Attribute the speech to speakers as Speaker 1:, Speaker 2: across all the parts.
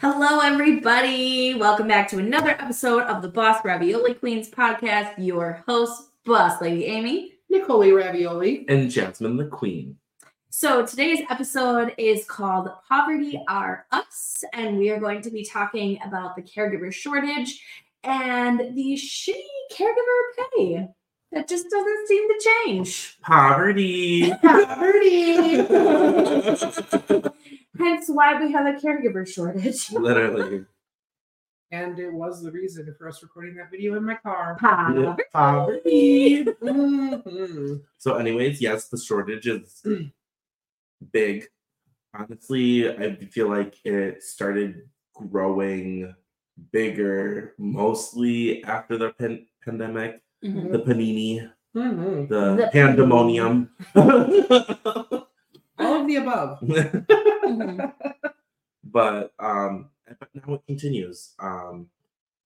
Speaker 1: Hello, everybody. Welcome back to another episode of the Boss Ravioli Queens podcast. Your host, Boss Lady Amy.
Speaker 2: Nicole Ravioli.
Speaker 3: and Jasmine the Queen.
Speaker 1: So, today's episode is called Poverty Are Us, and we are going to be talking about the caregiver shortage and the shitty caregiver pay that just doesn't seem to change.
Speaker 3: Poverty.
Speaker 2: Poverty.
Speaker 1: Hence, why we have a caregiver shortage.
Speaker 3: Literally.
Speaker 2: and it was the reason for us recording that video in my car.
Speaker 1: Ha.
Speaker 2: Uh-huh.
Speaker 3: Poverty.
Speaker 2: Mhm.
Speaker 3: So, anyways, yes, the shortage is big. Honestly, I feel like it started growing bigger mostly after the pan- pandemic,
Speaker 1: Mhm.
Speaker 3: the panini,
Speaker 2: Mhm.
Speaker 3: the,
Speaker 1: The
Speaker 3: pandemonium.
Speaker 2: All of the above.
Speaker 1: Mhm.
Speaker 3: but um but now it continues. Um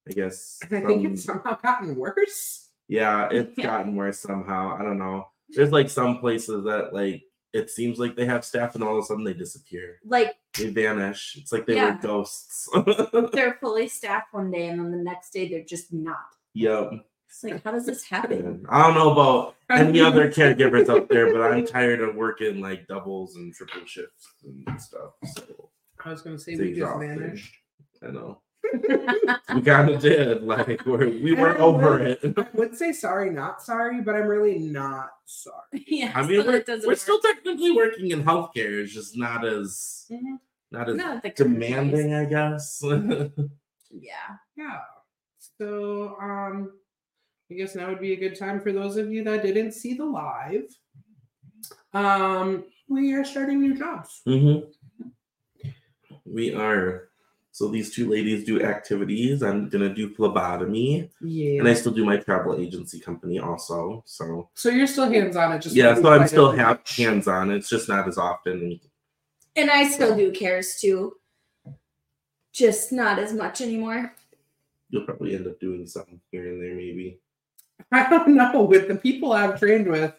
Speaker 3: I guess
Speaker 2: And I think
Speaker 3: some-
Speaker 2: it's somehow gotten worse.
Speaker 3: Yeah, it's
Speaker 1: Yeah.
Speaker 3: gotten worse somehow. I don't know. There's like some places that like it seems like they have staff and all of a sudden they disappear.
Speaker 1: Like,
Speaker 3: They vanish. It's like they
Speaker 1: Yeah.
Speaker 3: were ghosts.
Speaker 1: they're fully staffed one day, and then the next day, they're just not.
Speaker 3: yep.
Speaker 1: It's like, how does this happen?
Speaker 3: And I don't know about any other caregivers out there, but I'm tired of working like doubles and triple shifts and stuff. So
Speaker 2: I was going to say
Speaker 3: it's
Speaker 2: we just
Speaker 3: exhausting.
Speaker 2: vanished.
Speaker 3: I know. we kind of did. Like we're, we
Speaker 1: Uh,
Speaker 3: were
Speaker 2: I
Speaker 3: over
Speaker 2: would-
Speaker 3: it.
Speaker 2: I would say sorry, not sorry, but I'm really not sorry.
Speaker 1: yeah,
Speaker 3: I mean,
Speaker 1: so
Speaker 3: we're,
Speaker 1: it doesn't
Speaker 3: we're
Speaker 1: work.
Speaker 3: still technically working in healthcare. It's just not as
Speaker 2: Mhm.
Speaker 3: not as
Speaker 1: Not at the current place.
Speaker 3: demanding, I guess.
Speaker 1: Yeah.
Speaker 2: Yeah. So um I guess now would be a good time for those of you that didn't see the live. Um we are starting new jobs.
Speaker 3: Mhm. We are. So these two ladies do activities. I'm gonna do phlebotomy,
Speaker 2: Yeah.
Speaker 3: and I still do my travel agency company also. So
Speaker 2: so you're still hands on it just
Speaker 3: yeah, so I'm still ha-
Speaker 2: half
Speaker 3: hands on. It's just not as often.
Speaker 1: And I still do cares too. Just not as much anymore.
Speaker 3: You'll probably end up doing something here and there, maybe.
Speaker 2: I don't know with the people I've trained with.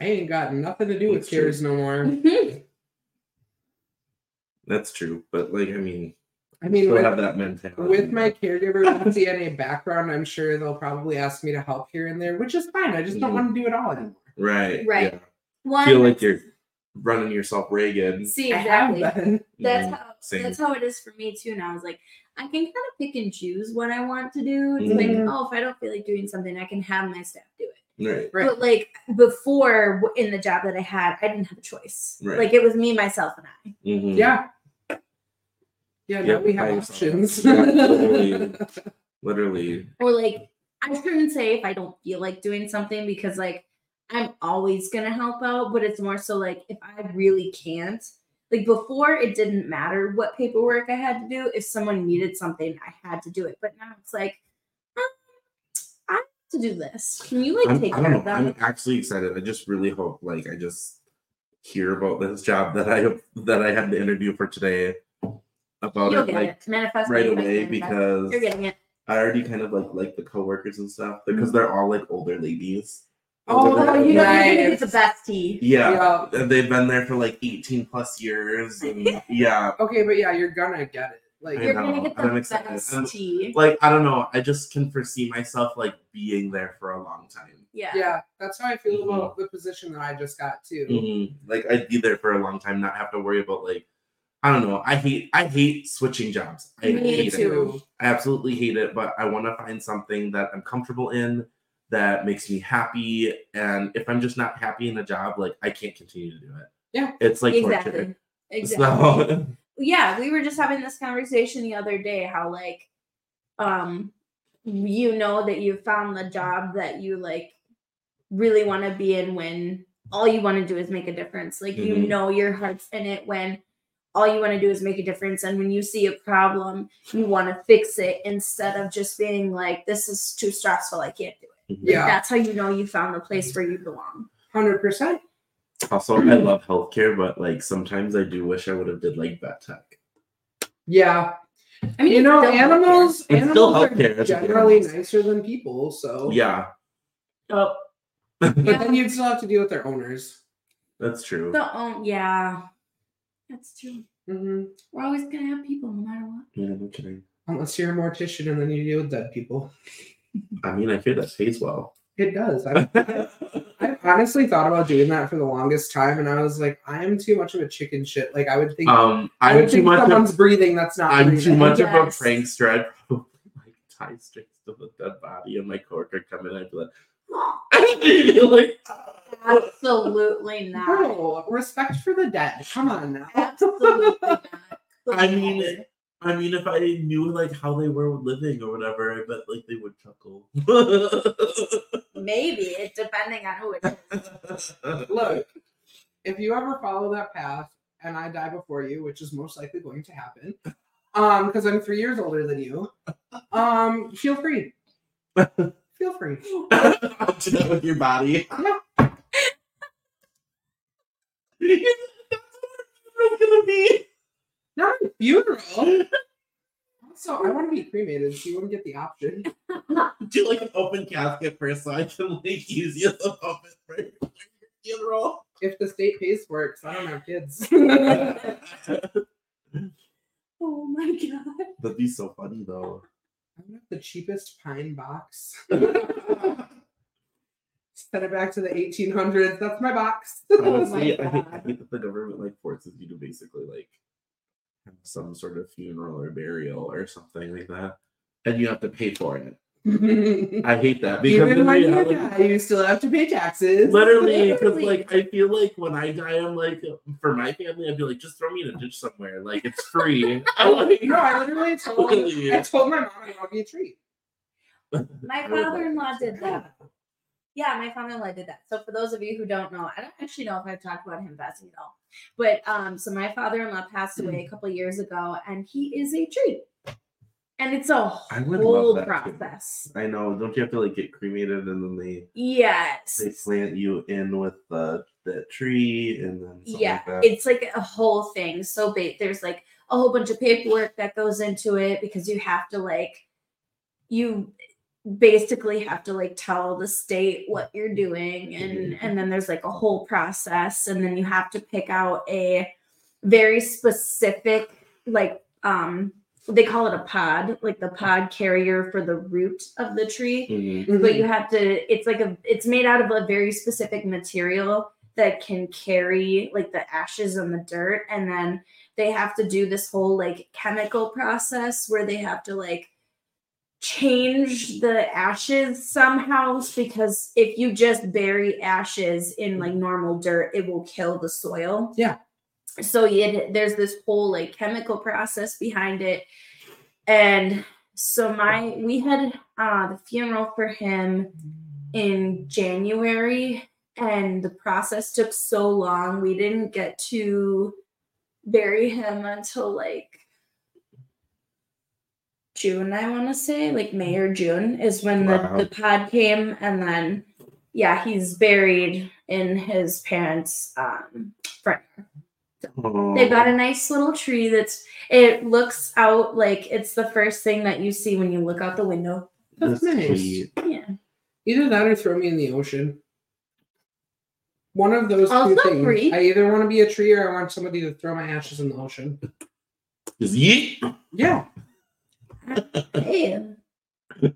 Speaker 2: I ain't got nothing to do with
Speaker 3: That's true.
Speaker 2: cares no more.
Speaker 1: Mhm.
Speaker 3: That's true, but like I mean,
Speaker 2: I mean,
Speaker 3: still
Speaker 2: with,
Speaker 3: have that mentality.
Speaker 2: with my caregiver CNA background, I'm sure they'll probably ask me to help here and there, which is fine. I just don't
Speaker 3: Mhm.
Speaker 2: want to do it all anymore.
Speaker 3: right,
Speaker 1: Right.
Speaker 3: yeah.
Speaker 1: One,
Speaker 3: Feel like you're running yourself ragged.
Speaker 1: see
Speaker 2: I have
Speaker 1: exactly.
Speaker 2: been.
Speaker 1: That's
Speaker 3: Mhm.
Speaker 1: how
Speaker 3: same.
Speaker 1: that's how it is for me too. And I was like, I can kind of pick and choose what I want to do. It's
Speaker 2: Mhm.
Speaker 3: Mm-hmm.
Speaker 1: like, oh, if I don't feel like doing something, I can have my staff do it.
Speaker 3: Right,
Speaker 2: Right.
Speaker 1: But like before w- in the job that I had, I didn't have a choice.
Speaker 3: Right.
Speaker 1: Like it was me, myself, and I.
Speaker 3: Mhm.
Speaker 2: Yeah. Yeah, now
Speaker 3: Yep,
Speaker 2: we have
Speaker 3: I-
Speaker 2: options.
Speaker 3: Yeah, totally. literally.
Speaker 1: or like I shouldn't say if I don't feel like doing something because like I'm always gonna help out, but it's more so like if I really can't. Like before, it didn't matter what paperwork I had to do. If someone needed something, I had to do it. But now it's like, um, I have to do this. Can you like
Speaker 3: I'm,
Speaker 1: take
Speaker 3: I don't
Speaker 1: care
Speaker 3: know.
Speaker 1: of that?
Speaker 3: I'm actually excited. I just really hope, like, I just hear about this job that I that I had the interview for today about
Speaker 1: You'll
Speaker 3: it
Speaker 1: get
Speaker 3: like
Speaker 1: it. Manifest
Speaker 3: right
Speaker 1: it,
Speaker 3: away
Speaker 1: manifest it.
Speaker 3: because
Speaker 1: you're getting it. Mm-hmm.
Speaker 3: I already kind of like like the coworkers and stuff because they're all like older ladies.
Speaker 2: Oh,
Speaker 3: Older
Speaker 1: Oh,
Speaker 3: than-
Speaker 1: you know you're gonna
Speaker 2: Nice.
Speaker 1: get the best tea.
Speaker 3: yeah.
Speaker 2: Yeah.
Speaker 3: And They've been there for like 18 plus years. And yeah.
Speaker 2: Okay, but yeah, you're gonna get it. Like,
Speaker 3: I
Speaker 1: You're
Speaker 2: you're,
Speaker 1: gonna
Speaker 3: know,
Speaker 1: get the
Speaker 3: I'm excited.
Speaker 1: best
Speaker 3: I'm-
Speaker 1: tea.
Speaker 3: Like, I don't know. I just can foresee myself like being there for a long time.
Speaker 1: Yeah.
Speaker 2: yeah, that's how I feel about
Speaker 3: Mm-hmm.
Speaker 2: the position that I just got too.
Speaker 3: Mhm.
Speaker 2: Mm-hmm.
Speaker 3: Like I'd be there for a long time, not have to worry about like I don't know. I hate I hate switching jobs. I
Speaker 1: Me
Speaker 3: hate
Speaker 1: too.
Speaker 3: it. I absolutely hate it, but I want to find something that I'm comfortable in that makes me happy. And if I'm just not happy in a job, like I can't continue to do it.
Speaker 2: Yeah.
Speaker 3: It's like torture.
Speaker 1: exactly. Exactly.
Speaker 3: So
Speaker 1: yeah we were just having this conversation the other day how like um you know that you found the job that you like really want to be in when all you want to do is make a difference like you
Speaker 3: Mhm.
Speaker 2: Mm-hmm.
Speaker 1: know your heart's in it when all you want to do is make a difference and when you see a problem you want to fix it instead of just being like this is too stressful i can't do it
Speaker 2: Yeah.
Speaker 1: that's how you know you found the place where you belong
Speaker 2: Hundred percent.
Speaker 3: also I love healthcare, but like sometimes I do wish I would have did like vet tech.
Speaker 2: Yeah.
Speaker 1: i mean
Speaker 2: you
Speaker 1: it's
Speaker 2: know,
Speaker 1: still healthcare.
Speaker 2: animals
Speaker 3: It's
Speaker 2: animals
Speaker 3: still
Speaker 2: are
Speaker 3: healthcare, it's
Speaker 2: generally
Speaker 3: animals.
Speaker 2: nicer than people, so
Speaker 3: Yeah.
Speaker 1: Oh,
Speaker 2: But
Speaker 1: Yeah. Oh.
Speaker 2: then you'd still have to deal with their owners.
Speaker 3: That's true.
Speaker 1: the um yeah That's true.
Speaker 2: hmm
Speaker 1: We're always gonna have people no matter what.
Speaker 3: Yeah, no kidding.
Speaker 2: Unless you're a mortician and then you deal with dead people.
Speaker 3: I mean, I hear that pays well. Um,
Speaker 2: It does. I've, I've honestly thought about doing that for the longest time, and I was like, I am too much of a chicken shit. Like, I would think,
Speaker 3: um,
Speaker 2: I
Speaker 3: I'm
Speaker 2: would
Speaker 3: too
Speaker 2: think
Speaker 3: much.
Speaker 2: someone's
Speaker 3: Of,
Speaker 2: breathing. That's not.
Speaker 3: I'm too
Speaker 2: breathing.
Speaker 3: much of a Oh
Speaker 1: Yes.
Speaker 3: prankster. I'd probably like tie strings to the dead body, and my coworker come in. I'd be like, like
Speaker 1: Absolutely not.
Speaker 2: No, respect for the dead. Come on now.
Speaker 1: Absolutely not.
Speaker 3: I mean it. I mean, if I knew like how they were living or whatever, I bet like they would chuckle.
Speaker 1: maybe it's depending on who it is.
Speaker 2: Look, if you ever follow that path and I die before you, which is most likely going to happen, um, because I'm three years older than you, um, feel free. feel free.
Speaker 3: I'll do that with your body. That's gonna be.
Speaker 2: Not a funeral. Also, I want to be cremated, so you wouldn't get the option.
Speaker 3: Do like an open casket first, so I can like use you as a puppet for your funeral.
Speaker 2: If the state pays for it, 'cause I don't have kids.
Speaker 3: That'd
Speaker 1: Oh my god.
Speaker 3: be so funny though.
Speaker 2: I want the cheapest pine box. Send it back to the 1800s. That's my box.
Speaker 3: Honestly,
Speaker 1: Oh my
Speaker 3: I hate I
Speaker 1: God.
Speaker 3: hate that the government like forces you to basically like have some sort of funeral or burial or something like that, and you have to pay for it.
Speaker 2: Even
Speaker 3: I hate that because in
Speaker 2: when you
Speaker 3: reality-
Speaker 2: die, you still have to pay taxes.
Speaker 3: literally because
Speaker 1: Literally.
Speaker 3: like I feel like when I die, I'm like for my family, I'd be like just throw me in a ditch somewhere, like it's free. I
Speaker 1: Oh
Speaker 3: like,
Speaker 2: Oh, No, I literally told I told my mom I love you a tree.
Speaker 1: My
Speaker 3: I would like
Speaker 1: father-in-law
Speaker 3: to
Speaker 1: did that. Yeah, my father-in-law did that. So for those of you who don't know, I don't actually know if I've talked about him passing at all. But um, so my father-in-law passed
Speaker 3: Hmm.
Speaker 1: away a couple years ago, and he is a tree, and it's a
Speaker 3: I would love
Speaker 1: whole
Speaker 3: that too.
Speaker 1: process.
Speaker 3: I know. Don't you have to like get cremated and then they
Speaker 1: Yes.
Speaker 3: they plant you in with the the tree and then something
Speaker 1: yeah,
Speaker 3: like that.
Speaker 1: it's like a whole thing. So ba- there's like a whole bunch of paperwork that goes into it because you have to like you basically have to like tell the state what you're doing and
Speaker 3: Mm-hmm.
Speaker 1: and then there's like a whole process and then you have to pick out a very specific like um they call it a pod like the pod carrier for the root of the tree
Speaker 3: Mhm.
Speaker 1: but you have to it's like a it's made out of a very specific material that can carry like the ashes and the dirt and then they have to do this whole like chemical process where they have to like change the ashes somehow because if you just bury ashes in like normal dirt it will kill the soil
Speaker 2: Yeah.
Speaker 1: so it, there's this whole like chemical process behind it and so my we had uh the funeral for him in January and the process took so long we didn't get to bury him until like June I want to say like May or June is when
Speaker 3: Wow.
Speaker 1: the, the pod came and then yeah he's buried in his parents um front
Speaker 3: Mm-hmm. Oh.
Speaker 1: They've got a nice little tree that's it looks out like it's the first thing that you see when you look out the window.
Speaker 3: That's
Speaker 2: That's nice.
Speaker 3: sweet.
Speaker 1: Yeah.
Speaker 2: Either that or throw me in the ocean. One of those
Speaker 1: Also
Speaker 2: two things.
Speaker 1: Oh, free.
Speaker 2: I either want to be a tree or I want somebody to throw my ashes in the ocean.
Speaker 3: Just yeet.
Speaker 2: Yeah.
Speaker 1: Hey,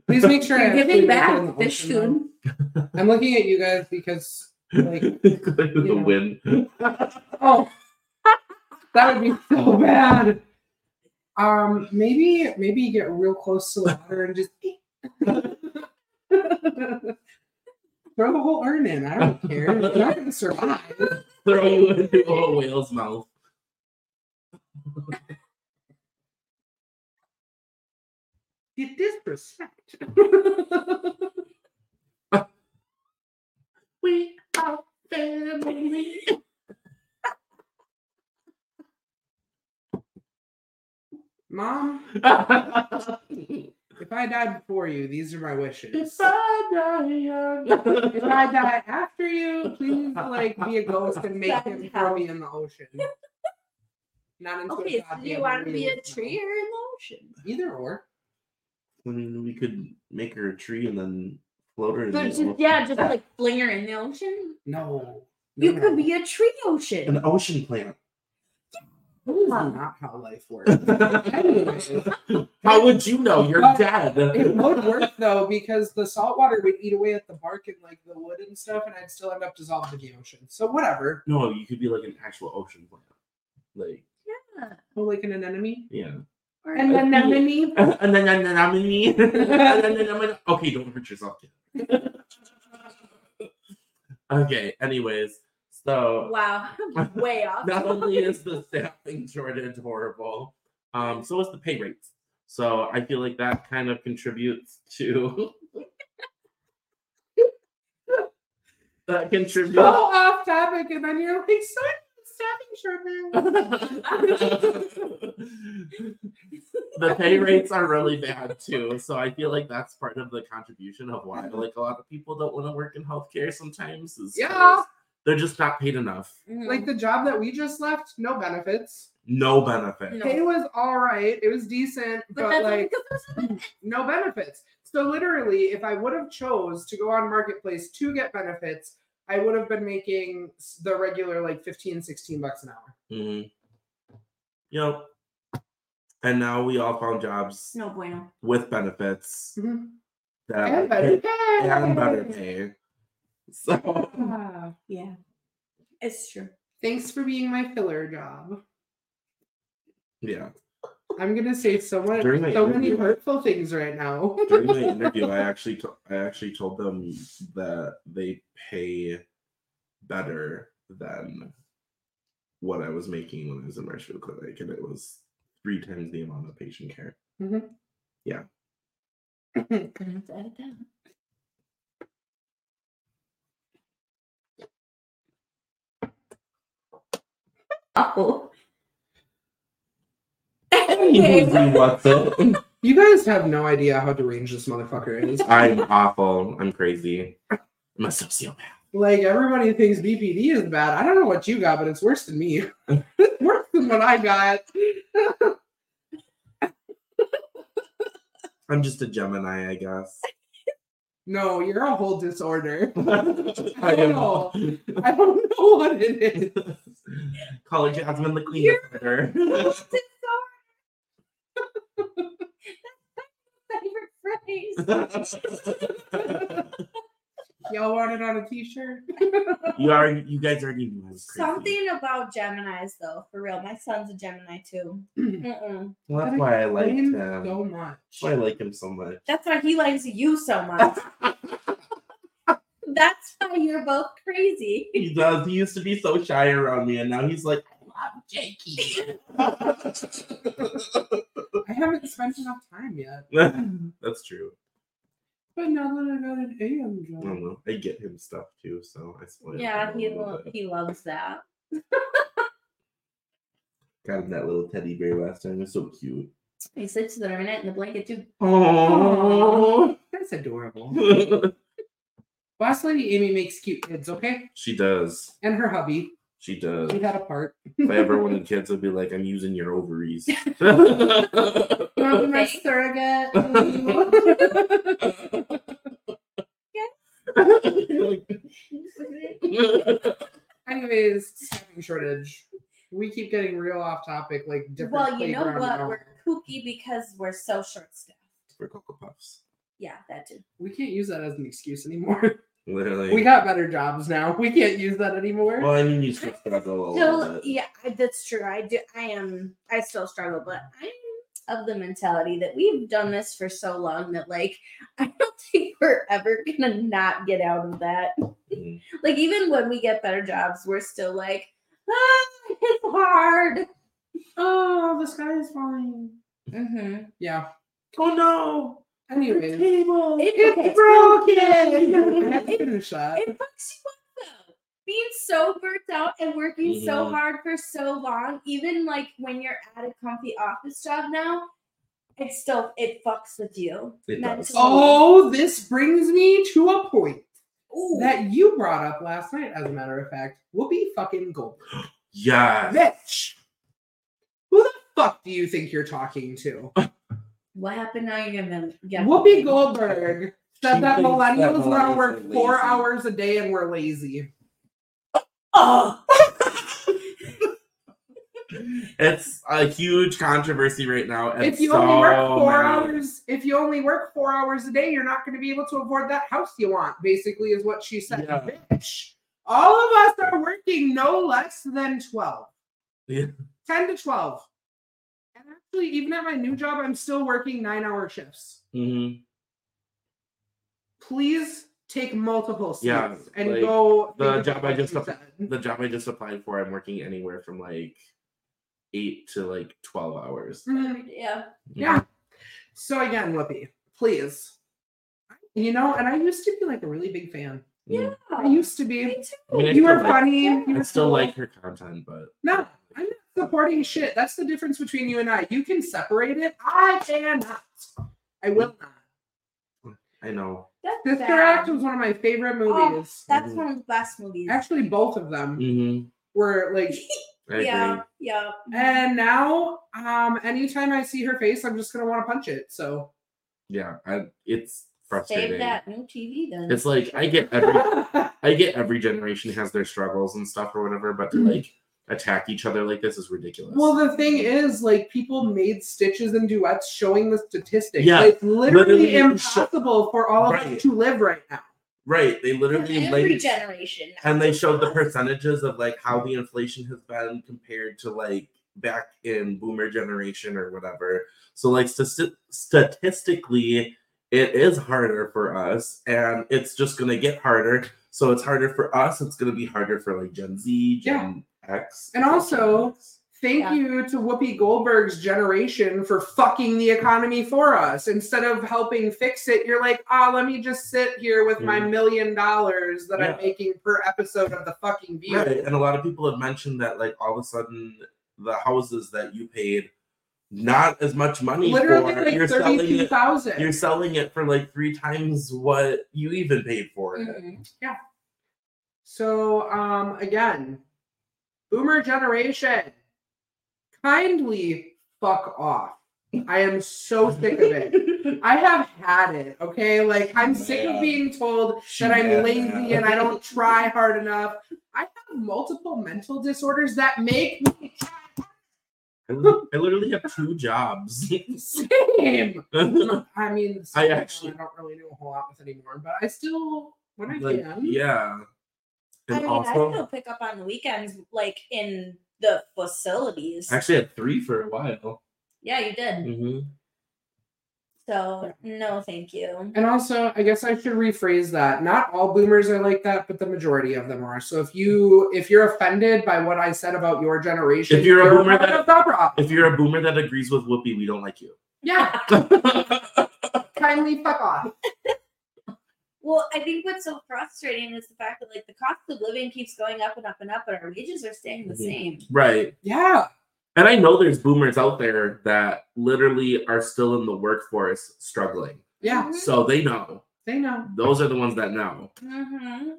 Speaker 2: Please make sure I
Speaker 1: you're
Speaker 2: actually
Speaker 1: giving
Speaker 2: make it in
Speaker 1: back
Speaker 2: the
Speaker 1: fish
Speaker 2: ocean, though.
Speaker 1: food.
Speaker 2: I'm looking at you guys because, like,
Speaker 3: the
Speaker 2: you know.
Speaker 3: wind.
Speaker 2: oh, that would be so bad. Um, maybe maybe you get real close to the water and just throw the whole urn in. I don't care. You're not gonna survive.
Speaker 3: Throw you into a whale's mouth.
Speaker 2: You disrespect.
Speaker 3: We are family.
Speaker 2: Mom,
Speaker 3: if
Speaker 2: if I die before you, these are my wishes.
Speaker 3: I die young.
Speaker 2: If I die after you, please like be a ghost and make
Speaker 1: That
Speaker 2: him
Speaker 1: would
Speaker 2: throw
Speaker 1: help.
Speaker 2: me in the ocean. Not into a
Speaker 1: Okay, so do you
Speaker 2: goddamn
Speaker 1: want to be a
Speaker 2: marine.
Speaker 1: tree or an ocean?
Speaker 2: Either or.
Speaker 3: I mean, we could make her a tree and then float her. in
Speaker 1: So
Speaker 3: the
Speaker 1: just,
Speaker 3: ocean.
Speaker 1: yeah, just like fling her in the ocean.
Speaker 2: No.
Speaker 1: You
Speaker 2: No,
Speaker 1: could
Speaker 2: no.
Speaker 1: be a tree
Speaker 3: an
Speaker 1: ocean.
Speaker 3: ocean plant.
Speaker 2: That is not how life works. Anyway.
Speaker 3: How would you know? You're
Speaker 2: But-
Speaker 3: dead.
Speaker 2: It would work though because the salt water would eat away at the bark and like the wood and stuff, and I'd still end up dissolved in the ocean. So whatever.
Speaker 3: No, you could be like an actual ocean plant. Like,
Speaker 2: Oh, like an anemone.
Speaker 3: yeah.
Speaker 1: Or-
Speaker 2: An anemone.
Speaker 3: and then and then I'm in me. and then and I'm in- okay, don't hurt yourself. Kid. okay. Anyways, so
Speaker 1: wow, way off.
Speaker 3: not only is the staffing shortage horrible, um, so is the pay rates. So I feel like that kind of contributes to.
Speaker 2: Go
Speaker 3: that contributes.
Speaker 2: off topic, and then you're like, "Sorry, staffing shortage."
Speaker 3: the pay rates are really bad too. So I feel like that's part of the contribution of why like a lot of people don't want to work in healthcare sometimes. Is 'cause
Speaker 2: Yeah.
Speaker 3: They're just not paid enough.
Speaker 1: Mhm.
Speaker 2: like the job that we just left, no benefits.
Speaker 3: No benefit.
Speaker 1: No.
Speaker 2: Pay was all right. It was decent,
Speaker 1: but
Speaker 2: but,
Speaker 1: that's only
Speaker 2: like
Speaker 1: because there's a
Speaker 2: no benefits. So literally, if I would have chose to go on marketplace to get benefits, I would have been making s- the regular like 15, 16 bucks an hour.
Speaker 3: Mhm. Yep. And now we all found jobs
Speaker 1: no bueno.
Speaker 3: with benefits
Speaker 1: Mm-hmm.
Speaker 3: that
Speaker 2: And
Speaker 3: like,
Speaker 2: better
Speaker 3: pay-
Speaker 2: pay.
Speaker 3: and better pay. So
Speaker 2: Ah,
Speaker 1: Yeah, it's true.
Speaker 2: Thanks for being my filler job.
Speaker 3: yeah.
Speaker 2: I'm gonna say so much,
Speaker 3: During my
Speaker 2: so many
Speaker 3: interview-
Speaker 2: hurtful things right now.
Speaker 3: during my interview, I actually to- I actually told them that they pay better than what I was making when I was in my shoe clinic, and it was three times the amount of patient care.
Speaker 1: Gonna have to edit that. Oh. Okay.
Speaker 3: What's it?
Speaker 2: You guys have no idea how deranged this motherfucker is.
Speaker 3: I'm awful. I'm crazy. I'm a sociopath.
Speaker 2: Like everybody thinks BPD is bad. I don't know what you got, but it's worse than me. it's worse than what I got.
Speaker 3: I'm just a Gemini, I guess.
Speaker 2: No, you're a whole disorder.
Speaker 3: I am.
Speaker 2: know. I don't know what it is.
Speaker 3: Call it Jasmine the Queen.
Speaker 1: You're-
Speaker 3: disorder.
Speaker 1: favorite phrase.
Speaker 3: you
Speaker 2: Y'all want it on a t-shirt?
Speaker 3: are. You guys already knew I was crazy.
Speaker 1: Something about Gemini's though, for real. My son's a Gemini too. Mm-mm.
Speaker 3: Well, that's
Speaker 2: That
Speaker 3: why I liked him.
Speaker 2: Explains
Speaker 3: That's
Speaker 2: so much.
Speaker 3: why I like him so much.
Speaker 1: That's why he likes you so much. That's why you're both crazy.
Speaker 3: He does. He used to be so shy around me, and now he's like, I love Jakey.
Speaker 2: I haven't spent enough time yet.
Speaker 3: That's true.
Speaker 2: But now that I got an AM
Speaker 3: I
Speaker 2: job,
Speaker 3: don't know. I get him stuff too, so I spoil.
Speaker 1: Yeah,
Speaker 3: him a
Speaker 1: he
Speaker 3: little
Speaker 1: lo-
Speaker 3: bit.
Speaker 1: he loves that.
Speaker 3: got him that little teddy bear last time. It was so cute.
Speaker 1: He sleeps with him in it in the blanket too.
Speaker 3: Oh.
Speaker 2: that's adorable. Boss Lady Amy makes cute kids, okay?
Speaker 3: she does.
Speaker 2: And her hubby.
Speaker 3: She does.
Speaker 2: We had a part.
Speaker 3: If I ever wanted kids, I'd be like, I'm using your ovaries.
Speaker 2: Remember my
Speaker 1: Thanks.
Speaker 2: surrogate? Anyways, staffing shortage. We keep getting real off topic, like different.
Speaker 1: well, you know
Speaker 2: playground
Speaker 1: what?
Speaker 2: now.
Speaker 1: We're kooky because we're so short staffed.
Speaker 3: For Cocoa Puffs.
Speaker 1: Yeah, that too.
Speaker 2: We can't use that as an excuse anymore.
Speaker 3: Literally.
Speaker 2: We got better jobs now. We can't use that anymore.
Speaker 3: Well, I mean, you still struggle a little
Speaker 1: So
Speaker 3: bit.
Speaker 1: yeah, I- that's true. I do. I am. I still struggle, but I'm of the mentality that we've done this for so long that like I don't think we're ever gonna not get out of that.
Speaker 3: Mhm.
Speaker 1: Like even when we get better jobs, we're still like, ah, it's hard.
Speaker 2: oh, the sky is falling.
Speaker 1: Mm-hmm.
Speaker 2: Yeah.
Speaker 3: Oh no!
Speaker 2: Anyways,
Speaker 3: Table.
Speaker 1: It's okay.
Speaker 2: broken. I have to finish
Speaker 3: Uh,
Speaker 2: that.
Speaker 1: It fucks you up though. Being so burnt out and working so
Speaker 3: Mhm.
Speaker 1: hard for so long, even like when you're at a comfy office job now, it still it fucks with you.
Speaker 3: It does.
Speaker 1: mentally.
Speaker 2: Oh, this brings me to a point
Speaker 1: Ooh.
Speaker 2: that you brought up last night. As a matter of fact, Whoopi fucking Goldberg.
Speaker 3: Yeah.
Speaker 2: Bitch. Who the fuck do you think you're talking to?
Speaker 1: What happened now? You're gonna yeah.
Speaker 2: Whoopi Goldberg said that
Speaker 3: She thinks that
Speaker 2: millennials want
Speaker 3: millennials
Speaker 2: to
Speaker 3: are
Speaker 2: work four
Speaker 3: lazy.
Speaker 2: hours a day and we're lazy.
Speaker 1: Oh,
Speaker 3: And It's a huge controversy right now. and
Speaker 2: if you
Speaker 3: so
Speaker 2: only work four
Speaker 3: many-
Speaker 2: hours, if you only work four hours a day, you're not going to be able to afford that house you want. Basically, is what she said.
Speaker 3: Yeah.
Speaker 2: Bitch, all of us are working no less than twelve.
Speaker 3: Yeah.
Speaker 2: ten to twelve. And actually, even at my new job, I'm still working nine-hour shifts.
Speaker 3: Mhm.
Speaker 2: Please take multiple seats
Speaker 3: Yeah,
Speaker 2: and
Speaker 3: like,
Speaker 2: go.
Speaker 3: the
Speaker 2: think
Speaker 3: job
Speaker 2: about
Speaker 3: I
Speaker 2: what
Speaker 3: just
Speaker 2: you
Speaker 3: ap-
Speaker 2: said.
Speaker 3: The job I just applied for, I'm working anywhere from like eight to like twelve hours. Mm.
Speaker 2: Mhm.
Speaker 1: Yeah.
Speaker 2: Yeah. So again, Whoopi, please. You know, and I used to be like a really big fan.
Speaker 3: Mhm.
Speaker 2: I used to
Speaker 1: Me
Speaker 2: be.
Speaker 3: I mean,
Speaker 1: too.
Speaker 3: I
Speaker 2: You
Speaker 3: still
Speaker 2: were
Speaker 3: like-
Speaker 2: funny.
Speaker 1: Yeah.
Speaker 2: you
Speaker 3: I
Speaker 2: were
Speaker 3: still
Speaker 2: cool.
Speaker 3: like her content, but
Speaker 2: No, I'm not supporting shit. That's the difference between you and I. You can separate it. I cannot. I will not.
Speaker 3: I know.
Speaker 1: That's
Speaker 2: Sister
Speaker 1: bad.
Speaker 2: Act was one of my favorite
Speaker 1: Oh,
Speaker 2: movies.
Speaker 3: Mm-hmm.
Speaker 1: That's one of the best movies.
Speaker 2: Actually, both of them
Speaker 3: Mhm.
Speaker 2: were like.
Speaker 3: I
Speaker 1: yeah.
Speaker 3: agree.
Speaker 1: Yeah.
Speaker 2: And now, um, anytime I see her face, I'm just gonna want to punch it. So
Speaker 3: Yeah, I, it's
Speaker 1: Save
Speaker 3: frustrating.
Speaker 1: that new TV then.
Speaker 3: It's like I get every I get every generation has their struggles and stuff or whatever, but to like attack each other like this is ridiculous.
Speaker 2: Mm-hmm. Well, the thing is, like, people made stitches and duets showing the statistics.
Speaker 3: Yeah,
Speaker 2: it's literally,
Speaker 3: literally sh-
Speaker 2: impossible for all of
Speaker 3: Right.
Speaker 2: us to live right now.
Speaker 3: right, they
Speaker 1: From
Speaker 3: literally
Speaker 1: every
Speaker 3: like,
Speaker 1: generation.
Speaker 3: and they showed the percentages of like how the inflation has been compared to like back in boomer generation or whatever. So like stati- statistically it is harder for us and it's just going to get harder. So it's harder for us, it's going to be harder for like Gen Z, Gen X.
Speaker 2: And also- Thank
Speaker 1: Yeah.
Speaker 2: you to Whoopi Goldberg's generation for fucking the economy for us. Instead of helping fix it, you're like, ah, let me just sit here with my million dollars that I'm
Speaker 3: Mm. Yeah.
Speaker 2: making per episode of the fucking view.
Speaker 3: Right. And a lot of people have mentioned that, like, all of a sudden, the houses that you paid not as much money
Speaker 2: Literally
Speaker 3: for,
Speaker 2: like
Speaker 3: you're selling
Speaker 2: thirty-two
Speaker 3: it. You're
Speaker 2: thousand.
Speaker 3: selling it for like three times what you even paid for it.
Speaker 1: Mm-hmm.
Speaker 2: Yeah. So um again, boomer generation, kindly fuck off. I am so sick of it. I have had it, okay? Like I'm sick of
Speaker 3: Yeah.
Speaker 2: being told
Speaker 3: She
Speaker 2: that I'm
Speaker 3: mad
Speaker 2: lazy
Speaker 3: now.
Speaker 2: and I don't try hard enough. I have multiple mental disorders that make me
Speaker 3: I li- I literally have two jobs.
Speaker 2: same.
Speaker 3: like,
Speaker 2: I mean, the
Speaker 3: I
Speaker 2: second one
Speaker 3: actually-
Speaker 2: I don't really do a whole lot with anymore, but I still when I can.
Speaker 3: yeah.
Speaker 1: I
Speaker 3: And
Speaker 1: mean, I
Speaker 3: also,
Speaker 1: still pick up on the weekends, like in the facilities.
Speaker 3: I actually had three for a while.
Speaker 1: yeah, you did.
Speaker 3: hmm
Speaker 1: So no, thank you.
Speaker 2: And also, I guess I should rephrase that. Not all boomers are like that, but the majority of them are. So if you if you're offended by what I said about your generation,
Speaker 3: If you're a boomer
Speaker 2: part
Speaker 3: that-
Speaker 2: of the problem.
Speaker 3: If you're a boomer that agrees with Whoopi, we don't like you.
Speaker 2: yeah, kindly fuck off.
Speaker 1: Well, I think what's so frustrating is the fact that like the cost of living keeps going up and up and up, but our wages are staying the
Speaker 3: Mhm.
Speaker 1: same.
Speaker 3: right.
Speaker 2: Yeah,
Speaker 3: And I know there's boomers out there that literally are still in the workforce struggling.
Speaker 2: yeah,
Speaker 3: So they know.
Speaker 2: they know.
Speaker 3: Those are the ones that know.
Speaker 1: Mm-hmm.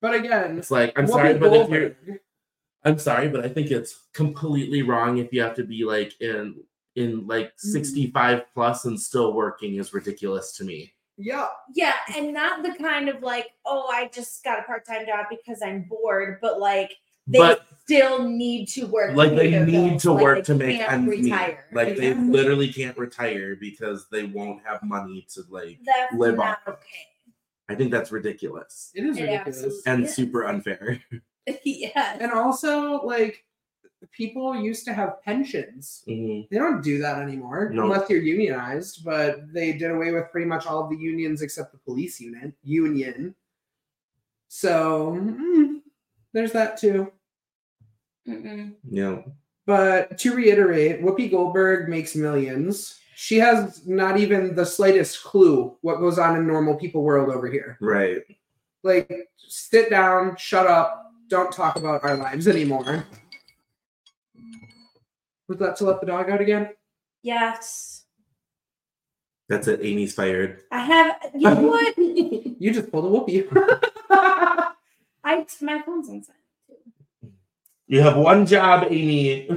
Speaker 2: But again,
Speaker 3: It's like, I'm
Speaker 2: Whoopi
Speaker 3: sorry, but if you're
Speaker 2: Goldberg-
Speaker 3: I'm sorry, but I think it's completely wrong if you have to be like in in like
Speaker 1: Hmm.
Speaker 3: 65 plus and still working is ridiculous to me.
Speaker 2: yeah,
Speaker 1: Yeah, and not the kind of like, oh, I just got a part time job because I'm bored, but like they
Speaker 3: but
Speaker 1: still need to work. to
Speaker 3: like
Speaker 1: pay
Speaker 3: they
Speaker 1: their
Speaker 3: need
Speaker 1: bills.
Speaker 3: to
Speaker 1: Like,
Speaker 3: work
Speaker 1: they
Speaker 3: to make
Speaker 1: can't
Speaker 3: ends meet.
Speaker 1: retire.
Speaker 3: Like they
Speaker 2: Exactly.
Speaker 3: literally can't retire because they won't have money to like
Speaker 1: That's
Speaker 3: live
Speaker 1: not
Speaker 3: off.
Speaker 1: okay.
Speaker 3: I think that's ridiculous
Speaker 2: it is
Speaker 1: It
Speaker 2: ridiculous.
Speaker 1: absolutely-
Speaker 3: and
Speaker 1: Yes.
Speaker 3: super unfair.
Speaker 1: yeah.
Speaker 2: And also, like people used to have pensions.
Speaker 3: Mhm.
Speaker 2: They don't do that anymore
Speaker 3: No.
Speaker 2: unless you're unionized, but they did away with pretty much all of the unions except the police unit union. So mm, there's that too.
Speaker 1: Mm-mm.
Speaker 3: Yeah.
Speaker 2: But to reiterate, Whoopi Goldberg makes millions. She has not even the slightest clue what goes on in normal people world over here.
Speaker 3: Right.
Speaker 2: Like sit down, shut up, don't talk about our lives anymore. Was that to let the dog out again?
Speaker 1: Yes.
Speaker 3: That's it. Amy's fired.
Speaker 1: I have you know what?
Speaker 2: You just pulled a whoopee.
Speaker 1: I my phone's on silent.
Speaker 3: You have one job, Amy.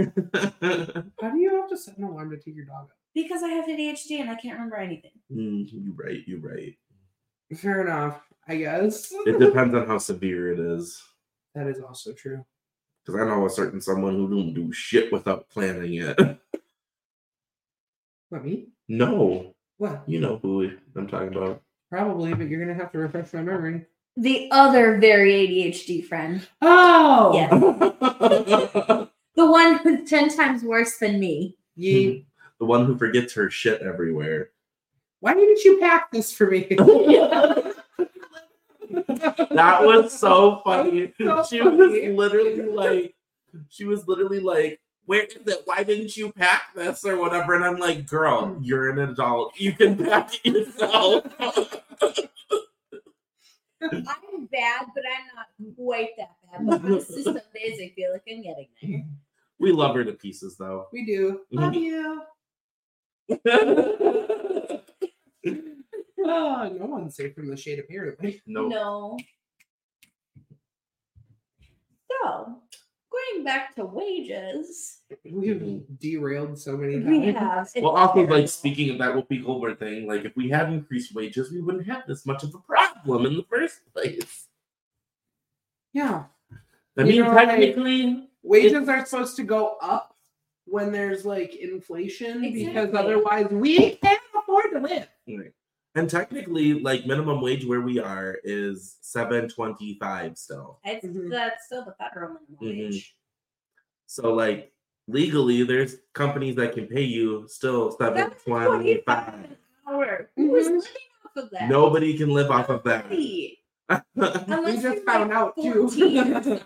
Speaker 3: Mm,
Speaker 2: How do you have to set an alarm to take your dog out?
Speaker 1: Because I have ADHD and I can't remember anything.
Speaker 3: you right, you right.
Speaker 2: Fair enough, I guess.
Speaker 3: It depends on how severe it is.
Speaker 2: That is also true.
Speaker 3: Because I know a certain someone who don't do shit without planning it.
Speaker 2: What me?
Speaker 3: No,
Speaker 2: What?
Speaker 3: you know who I'm talking about.
Speaker 2: Probably, but you're gonna have to refresh my memory.
Speaker 1: The other very ADHD friend.
Speaker 2: Oh.
Speaker 1: Yeah.
Speaker 3: the
Speaker 1: The one who's 10 times worse than me.
Speaker 2: Ye-
Speaker 3: Mm-hmm. one who forgets her shit everywhere.
Speaker 2: Why didn't you pack this for me?
Speaker 3: that was so funny.
Speaker 2: That was so
Speaker 3: she
Speaker 2: funny.
Speaker 3: was literally like, she was literally like, where is it? Why didn't you pack this or whatever? And I'm like, girl, you're an adult. You can pack it yourself.
Speaker 1: I'm bad, but I'm not quite that bad. But my system is, I feel like I'm getting there.
Speaker 3: we love her to pieces though.
Speaker 2: we do. Love you. Oh, no one's safe from the shade, apparently.
Speaker 3: no.
Speaker 1: No. So, going back to wages,
Speaker 2: We've derailed so many
Speaker 1: we
Speaker 2: times.
Speaker 1: have. it's
Speaker 3: Well, also,
Speaker 1: terrible.
Speaker 3: like speaking of that Whoopi Goldberg thing, like if we had increased wages, we wouldn't have this much of a problem in the first place.
Speaker 2: Yeah.
Speaker 3: I
Speaker 2: You
Speaker 3: mean,
Speaker 2: know, like-
Speaker 3: technically,
Speaker 2: Wages are supposed to go up when there's like inflation because
Speaker 1: Exactly.
Speaker 2: otherwise we can't afford to live.
Speaker 3: Right. And technically, like minimum wage where we are is seven twenty five still.
Speaker 1: It's,
Speaker 2: Mhm.
Speaker 1: That's still the federal minimum
Speaker 3: Mhm.
Speaker 1: wage.
Speaker 3: So like legally, there's companies that can pay you still seven
Speaker 1: That's
Speaker 3: twenty five.
Speaker 1: an hour. Who was
Speaker 2: Mhm.
Speaker 1: living off of that?
Speaker 3: Nobody can live off of that.
Speaker 1: Nobody.
Speaker 2: We
Speaker 1: Unless
Speaker 2: just
Speaker 1: you're,
Speaker 2: found
Speaker 1: like,
Speaker 2: out, too.
Speaker 1: 14 or something.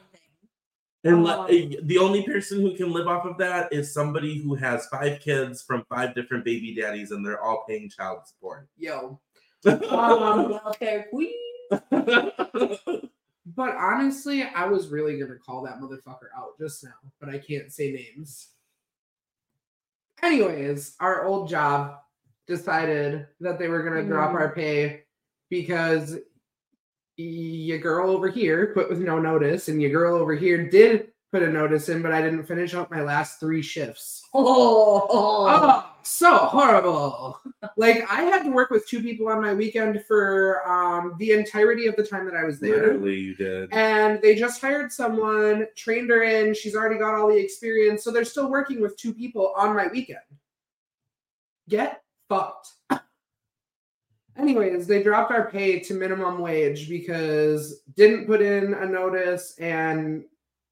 Speaker 3: And
Speaker 2: Um,
Speaker 3: like, the only person who can live off of that is somebody who has five kids from five different baby daddies, and they're all paying child support.
Speaker 2: Yo.
Speaker 1: Um,
Speaker 3: Oh.
Speaker 2: Um,
Speaker 1: welfare queen.
Speaker 2: but honestly, I was really gonna call that motherfucker out just now, but I can't say names. Anyways, our old job decided that they were gonna drop
Speaker 1: Mhm.
Speaker 2: our pay because your girl over here quit with no notice, and your girl over here did put a notice in, but I didn't finish up my last three shifts.
Speaker 1: Oh, oh.
Speaker 2: Oh, so horrible. Like I had to work with two people on my weekend for um the entirety of the time that I was there.
Speaker 3: Literally, you did.
Speaker 2: And they just hired someone, trained her in, she's already got all the experience, so they're still working with two people on my weekend. Get fucked. Anyways, they dropped our pay to minimum wage because didn't put in a notice and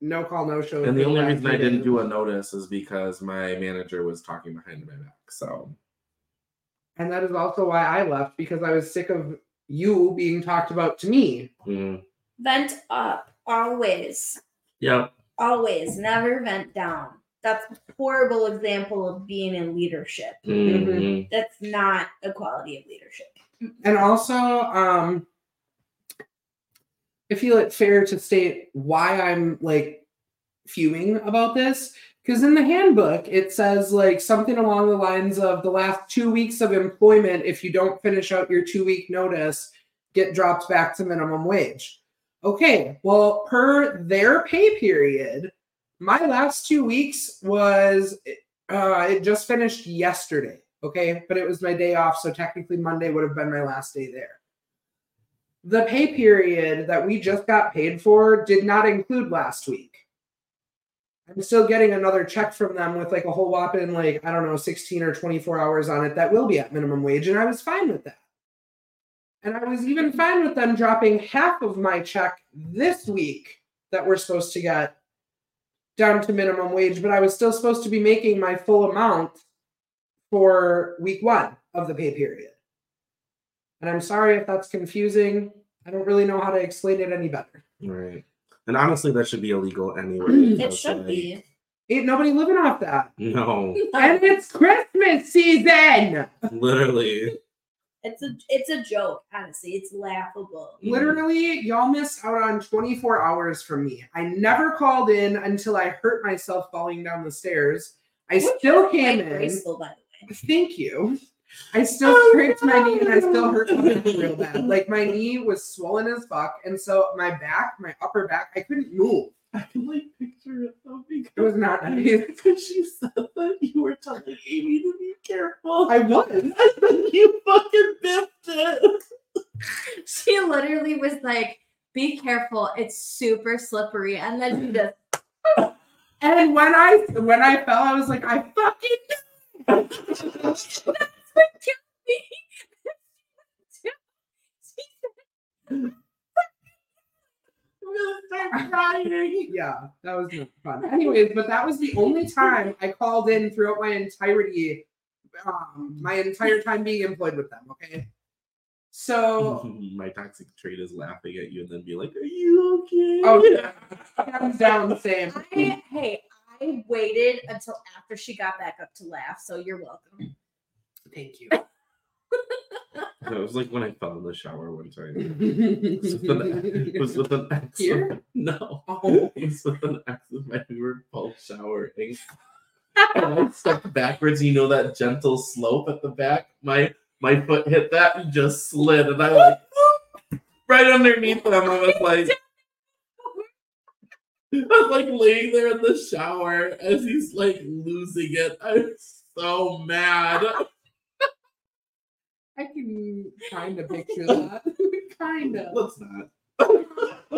Speaker 2: no call, no show.
Speaker 3: And the only reason I didn't do a notice is because my manager was talking behind my back. So
Speaker 2: And that is also why I left because I was sick of you being talked about to me.
Speaker 3: mm,
Speaker 1: Vent up. Always.
Speaker 3: yeah,
Speaker 1: Always. Never vent down. That's a horrible example of being in leadership.
Speaker 3: mhm.
Speaker 1: That's not a quality of leadership.
Speaker 2: And also, um, I feel it fair to state why I'm like fuming about this because in the handbook it says like something along the lines of the last two weeks of employment, if you don't finish out your two week notice, get dropped back to minimum wage. Okay, well, per their pay period, my last two weeks was uh, it just finished yesterday. Okay, but it was my day off, so technically Monday would have been my last day there. The pay period that we just got paid for did not include last week. I'm still getting another check from them with like a whole whopping like I don't know 16 or 24 hours on it that will be at minimum wage, and I was fine with that. And I was even fine with them dropping half of my check this week that we're supposed to get down to minimum wage, but I was still supposed to be making my full amount for week one of the pay period. And I'm sorry if that's confusing. I don't really know how to explain it any better.
Speaker 3: right. And honestly, that should be illegal anyway.
Speaker 2: Mm.
Speaker 1: It
Speaker 3: because,
Speaker 1: should
Speaker 3: like,
Speaker 1: be.
Speaker 2: Ain't nobody living off that.
Speaker 3: No,
Speaker 2: And it's Christmas season.
Speaker 3: literally.
Speaker 1: It's a it's a joke, honestly. It's laughable.
Speaker 2: Literally, y'all missed out on 24 hours from me. I never called in until I hurt myself falling down the stairs. I
Speaker 1: Which
Speaker 2: still
Speaker 1: is
Speaker 2: came
Speaker 1: quite
Speaker 2: in.
Speaker 1: Graceful, by the way.
Speaker 2: Thank you. I still
Speaker 3: Oh,
Speaker 2: scraped my knee and I still hurt my back
Speaker 3: no.
Speaker 2: real bad. Like my knee was swollen as fuck, and so my back, my upper back, I couldn't move.
Speaker 3: I can like picture it though
Speaker 2: It was not nice.
Speaker 3: because she said that you were telling Amy to be careful.
Speaker 2: I was.
Speaker 3: And then you fucking biffed it.
Speaker 1: she literally was like, be careful, it's super slippery. And then she just
Speaker 2: And when I when I fell, I was like, I fucking
Speaker 3: We'll start crying.
Speaker 2: yeah, that was no fun. Anyways, but that was the only time I called in throughout my entirety, um, my entire time being employed with them. Okay, so
Speaker 3: My toxic trait is laughing at you and then be like, "Are you okay?"
Speaker 2: oh, yeah, hands down, same.
Speaker 1: I hey, I waited until after she got back up to laugh, so you're welcome.
Speaker 2: Thank you.
Speaker 3: That was like when I fell in the shower one time. It was with an, it was
Speaker 2: oh,
Speaker 3: with an ex.
Speaker 2: Here?
Speaker 3: No.
Speaker 2: Oh,
Speaker 3: It was with an ex of mine. We were both showering. and I stepped backwards. You know that gentle slope at the back. My my foot hit that and just slid, and I like right underneath them. I was like, I was like laying there in the shower as he's like losing it. I was so mad.
Speaker 2: I can kind of picture that. kind of.
Speaker 3: Let's not.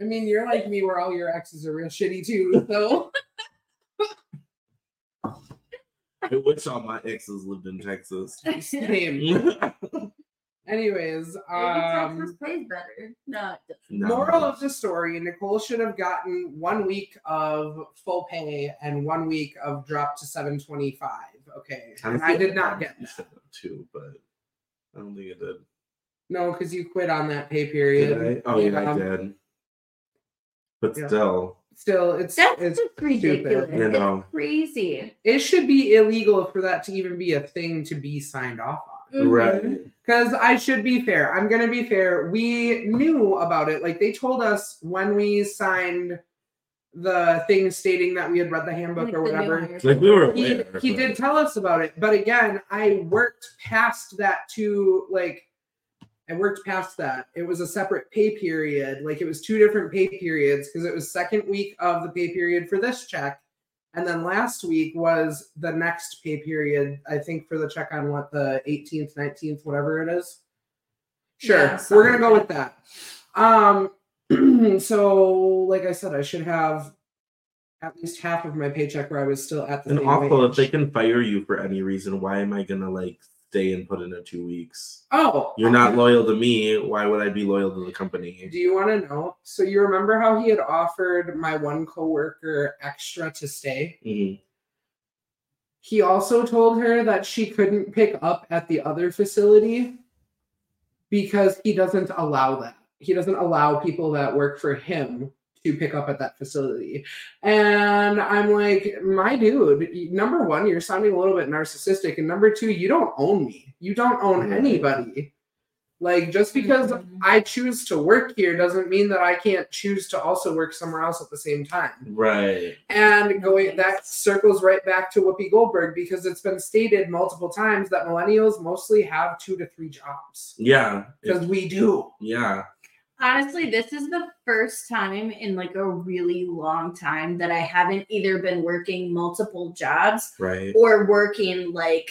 Speaker 2: I mean, you're like me, where all your exes are real shitty too. So
Speaker 3: I wish all my exes lived in Texas.
Speaker 2: same. Anyways,
Speaker 1: Maybe
Speaker 2: um.
Speaker 1: Texas pays better. No, it
Speaker 3: No.
Speaker 2: Moral of the story: Nicole should have gotten one week of full pay and one week of drop to seven twenty-five. Okay, and I did not get
Speaker 3: you said that too, but I don't think it did.
Speaker 2: no because you quit on that pay period.
Speaker 3: Did I? Oh yeah, I
Speaker 2: Um,
Speaker 3: did. But
Speaker 2: yeah.
Speaker 3: still,
Speaker 2: Still, it's,
Speaker 1: That's
Speaker 2: it's
Speaker 1: just ridiculous.
Speaker 3: you know,
Speaker 1: It's crazy.
Speaker 2: it should be illegal for that to even be a thing to be signed off on.
Speaker 3: Mm-hmm. right?
Speaker 2: Because I should be fair. I'm gonna be fair. We knew about it. Like they told us when we signed the thing stating that we had read the handbook or whatever.
Speaker 3: Like we were
Speaker 2: he,
Speaker 3: aware,
Speaker 2: he
Speaker 3: but-
Speaker 2: did tell us about it but again i worked past that to like i worked past that it was a separate pay period like it was two different pay periods because it was second week of the pay period for this check and then last week was the next pay period i think for the check on what the 18th 19th whatever it is sure
Speaker 1: Yeah,
Speaker 2: we're gonna
Speaker 1: something
Speaker 2: go
Speaker 1: like
Speaker 2: with that um so like i said i should have at least half of my paycheck where i was still at the
Speaker 3: And
Speaker 2: same
Speaker 3: also,
Speaker 2: wage.
Speaker 3: if they can fire you for any reason, why am I gonna like stay and put in a two weeks?
Speaker 2: oh
Speaker 3: You're not loyal to me. Why would I be loyal to the company?
Speaker 2: do you want to know so you remember how he had offered my one coworker extra to stay
Speaker 3: Mhm.
Speaker 2: he also told her that she couldn't pick up at the other facility because he doesn't allow that he doesn't allow people that work for him to pick up at that facility and i'm like my dude y- number one you're sounding a little bit narcissistic and number two you don't own me you don't own
Speaker 3: Right.
Speaker 2: anybody like just because
Speaker 1: Mhm.
Speaker 2: i choose to work here doesn't mean that i can't choose to also work somewhere else at the same time
Speaker 3: Right.
Speaker 2: and going
Speaker 1: Okay.
Speaker 2: that circles right back to Whoopi Goldberg because it's been stated multiple times that millennials mostly have two to three jobs
Speaker 3: Yeah. It-
Speaker 2: because we do.
Speaker 3: yeah.
Speaker 1: Honestly, this is the first time in like a really long time that I haven't either been working multiple jobs
Speaker 3: Right.
Speaker 1: or working like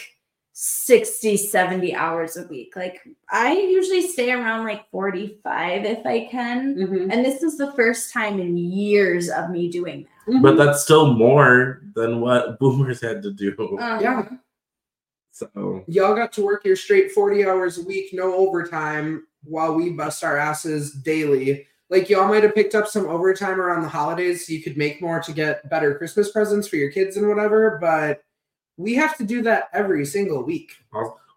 Speaker 1: 60, 70 hours a week. Like I usually stay around like 45 if I can.
Speaker 2: Mm-hmm.
Speaker 1: And this is the first time in years of me doing that.
Speaker 2: Mm-hmm.
Speaker 3: But that's still more than what boomers had to do.
Speaker 2: Yeah.
Speaker 1: Um,
Speaker 3: so
Speaker 2: y'all got to work your straight 40 hours a week, no overtime, while we bust our asses daily. Like y'all might have picked up some overtime around the holidays so you could make more to get better Christmas presents for your kids and whatever, but we have to do that every single week.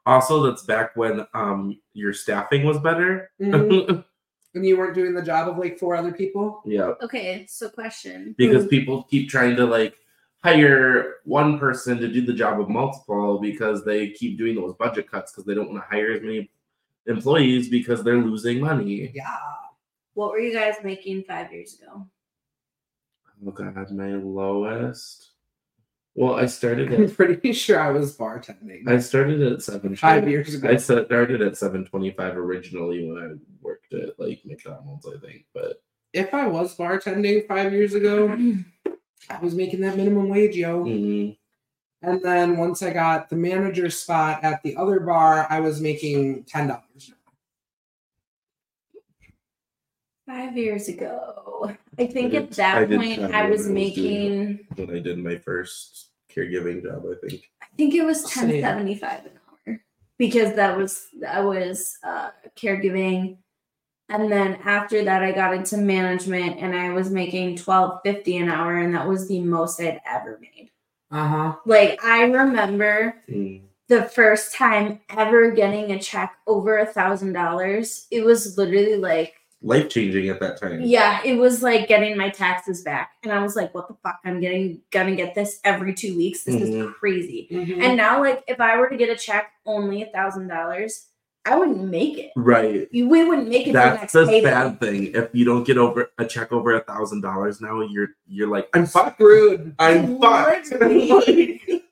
Speaker 3: also that's back when um your staffing was better.
Speaker 2: Mhm. and you weren't doing the job of like four other people.
Speaker 3: yeah.
Speaker 1: Okay, so question.
Speaker 3: because
Speaker 2: Hmm.
Speaker 3: people keep trying to like hire one person to do the job of multiple because they keep doing those budget cuts because they don't want to hire as many employees because they're losing money.
Speaker 2: Yeah.
Speaker 1: What were you guys making five years ago?
Speaker 3: Oh god, my lowest. Well, I started
Speaker 2: I'm
Speaker 3: at
Speaker 2: pretty sure I was bartending
Speaker 3: I started at seven
Speaker 2: five years ago.
Speaker 3: I started at seven twenty five originally when I worked at like McDonald's, I think. But
Speaker 2: If I was bartending five years ago, I was making that minimum wage, yo.
Speaker 3: mhm.
Speaker 2: And then once I got the manager spot at the other bar, I was making ten dollars.
Speaker 1: Five years ago. I think
Speaker 3: I
Speaker 1: at
Speaker 3: did- I
Speaker 1: that
Speaker 3: did
Speaker 1: point
Speaker 3: travel
Speaker 1: I was
Speaker 3: when I was doing
Speaker 1: making
Speaker 3: When I did my first caregiving job, I think.
Speaker 1: I think it was
Speaker 2: Same.
Speaker 1: ten seventy five an hour. Because that was I was uh caregiving. And then after that I got into management and I was making twelve fifty an hour and that was the most I'd ever made.
Speaker 2: Uh
Speaker 1: Uh-huh.
Speaker 2: huh.
Speaker 1: Like I remember
Speaker 3: Mm.
Speaker 1: the first time ever getting a check over a thousand dollars it was literally like
Speaker 3: Life changing at that time.
Speaker 1: yeah it was like getting my taxes back and i was like what the fuck i'm getting gonna get this every two weeks this is
Speaker 3: Mhm.
Speaker 1: crazy
Speaker 2: Mm-hmm.
Speaker 1: and now like if i were to get a check only a thousand dollars i wouldn't make it
Speaker 3: Right.
Speaker 1: You- we wouldn't make it till
Speaker 3: That's
Speaker 1: next
Speaker 3: the
Speaker 1: payday.
Speaker 3: bad thing. If you don't get over a check over a thousand dollars now, you're you're like, I'm fucked.
Speaker 2: Rude.
Speaker 3: I'm fucked.
Speaker 1: Literally.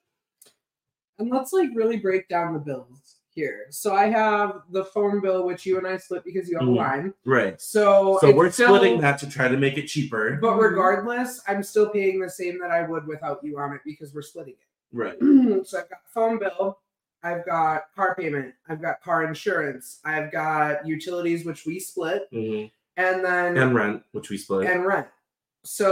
Speaker 2: And let's like really break down the bills here. So I have the phone bill, which you and I split because you have
Speaker 3: Mhm.
Speaker 2: a line.
Speaker 3: right.
Speaker 2: So
Speaker 3: So
Speaker 2: it's
Speaker 3: we're
Speaker 2: still-
Speaker 3: splitting that to try to make it cheaper.
Speaker 2: But regardless, I'm still paying the same that I would without you on it because we're splitting it.
Speaker 3: Right.
Speaker 2: so I've got phone bill, I've got car payment, I've got car insurance, I've got utilities, which we split,
Speaker 3: Mhm.
Speaker 2: and then
Speaker 3: And rent, which we split.
Speaker 2: Mm-hmm. and rent. So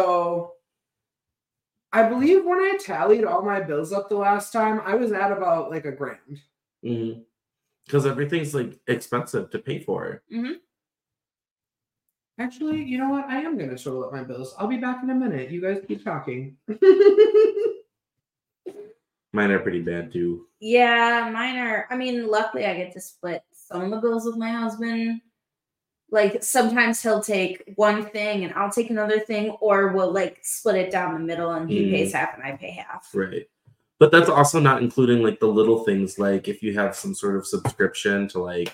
Speaker 2: I believe when I tallied all my bills up the last time, I was at about like a grand.
Speaker 3: Because Mm-hmm. everything's like expensive to pay for.
Speaker 2: Actually, you know what? I am gonna total up my bills. I'll be back in a minute. You guys keep talking.
Speaker 3: Mine are pretty bad too.
Speaker 1: Yeah, mine are. I mean, luckily I get to split some of the bills with my husband. Like sometimes he'll take one thing and I'll take another thing, or we'll like split it down the middle and he
Speaker 3: Mm.
Speaker 1: pays half and I pay half.
Speaker 3: Right. But that's also not including like the little things like if you have some sort of subscription to like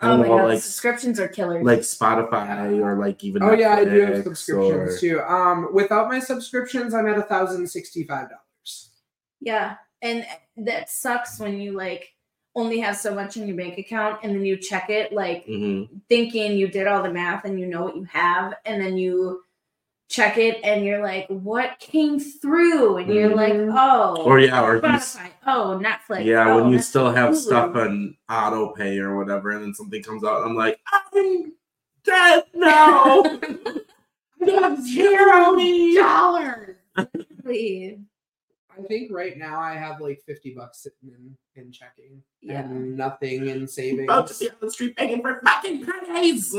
Speaker 3: I
Speaker 1: Oh
Speaker 3: don't
Speaker 1: my
Speaker 3: know,
Speaker 1: god,
Speaker 3: like
Speaker 1: subscriptions are killers.
Speaker 3: like Spotify or like even
Speaker 2: oh yeah, I do have
Speaker 3: Netflix
Speaker 2: subscriptions
Speaker 3: or-
Speaker 2: too. Um, without my subscriptions, I'm at a thousand sixty-five dollars.
Speaker 1: yeah, and that sucks when you like only have so much in your bank account and then you check it like
Speaker 3: Mhm.
Speaker 1: thinking you did all the math and you know what you have and then you check it and you're like what came through and you're
Speaker 2: Mhm.
Speaker 1: like oh
Speaker 3: Or yeah, or if you s-
Speaker 1: Spotify, oh netflix
Speaker 3: yeah,
Speaker 1: oh,
Speaker 3: when you
Speaker 1: that's
Speaker 3: still have stuff
Speaker 1: Hulu.
Speaker 3: on auto pay or whatever, and then something comes out, I'm like, I'm dead now.
Speaker 2: You have
Speaker 1: zero
Speaker 2: dollars.
Speaker 1: Really,
Speaker 2: I think right now I have like fifty bucks sitting in, in checking
Speaker 1: yeah
Speaker 2: and nothing in savings.
Speaker 3: About to be on the street begging for fucking pennies.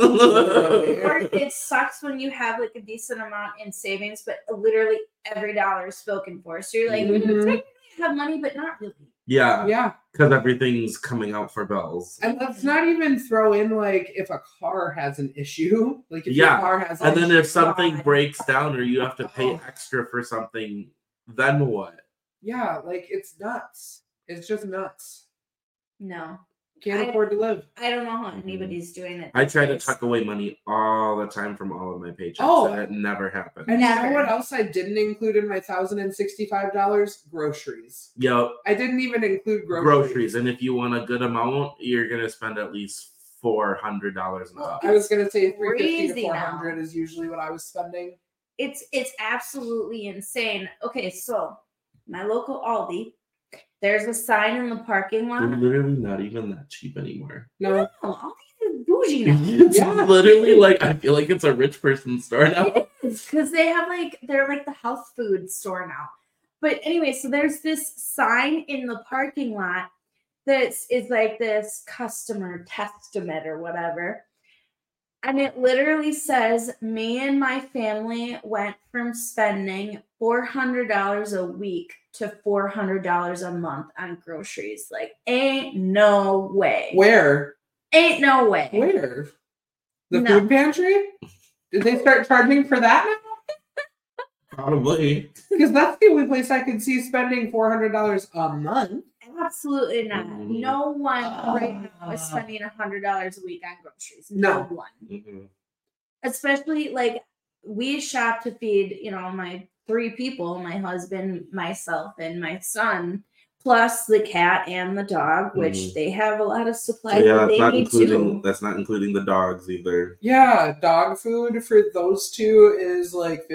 Speaker 1: or it sucks when you have like a decent amount in savings but literally every dollar is spoken for so you're like mm
Speaker 2: Mhm.
Speaker 1: technically I have money but not really
Speaker 3: yeah,
Speaker 2: Uh, yeah,
Speaker 3: because everything's coming out for bills.
Speaker 2: and let's not even throw in like if a car has an issue, like if
Speaker 3: Yeah,
Speaker 2: your car has,
Speaker 3: And
Speaker 2: an
Speaker 3: then
Speaker 2: issue-
Speaker 3: if something
Speaker 1: God.
Speaker 3: breaks down or you have to pay
Speaker 2: Oh.
Speaker 3: extra for something, then what?
Speaker 2: yeah, like it's nuts. It's just nuts.
Speaker 1: no
Speaker 2: Can't
Speaker 1: I-
Speaker 2: afford to live.
Speaker 1: i don't know how
Speaker 3: Mhm.
Speaker 1: anybody's doing it
Speaker 3: I
Speaker 1: these
Speaker 3: try to
Speaker 1: days.
Speaker 3: tuck away money all the time from all of my paychecks,
Speaker 2: Oh.
Speaker 3: and it never happens.
Speaker 2: And you
Speaker 1: Never.
Speaker 2: know what else I didn't include in my thousand and sixty-five dollars? Groceries.
Speaker 3: Yo,
Speaker 2: I didn't even include
Speaker 3: groceries.
Speaker 2: groceries.
Speaker 3: and if you want a good amount, you're gonna spend at least four hundred dollars an
Speaker 1: Well,
Speaker 2: I
Speaker 3: hour.
Speaker 2: was gonna say three fifty to
Speaker 1: Crazy
Speaker 2: four
Speaker 1: now.
Speaker 2: hundred is usually what I was spending.
Speaker 1: it's it's absolutely insane. Okay, so my local Aldi, there's a sign in the parking lot.
Speaker 3: They're literally not even that cheap anymore.
Speaker 2: No,
Speaker 1: Oh, Aldi is bougie now.
Speaker 3: It's
Speaker 2: Yeah.
Speaker 3: literally like I feel like it's a rich person store now.
Speaker 1: because they have like they're like the health food store now. But anyway, so there's this sign in the parking lot that is like this customer testament or whatever. And it literally says, Me and my family went from spending $400 a week to $400 a month on groceries. Like, ain't no way.
Speaker 2: where?
Speaker 1: Ain't no way.
Speaker 2: Where? The
Speaker 1: No.
Speaker 2: food pantry? Did they start charging for that now?
Speaker 3: Probably.
Speaker 2: Because that's the only place I could see spending four hundred dollars a month.
Speaker 1: Absolutely not.
Speaker 3: Mm.
Speaker 1: No one right now is
Speaker 2: Ah.
Speaker 1: spending hundred dollars a week on groceries.
Speaker 2: No.
Speaker 1: one.
Speaker 3: Mhm.
Speaker 1: Especially like we shop to feed, you know, my three people, my husband, myself, and my son, plus the cat and the dog, which
Speaker 3: Mhm.
Speaker 1: they have a lot of supplies
Speaker 3: yeah,
Speaker 1: that
Speaker 3: that's
Speaker 1: they
Speaker 3: not
Speaker 1: need too.
Speaker 3: including that's not including the dogs either.
Speaker 2: Yeah, dog food for those two is like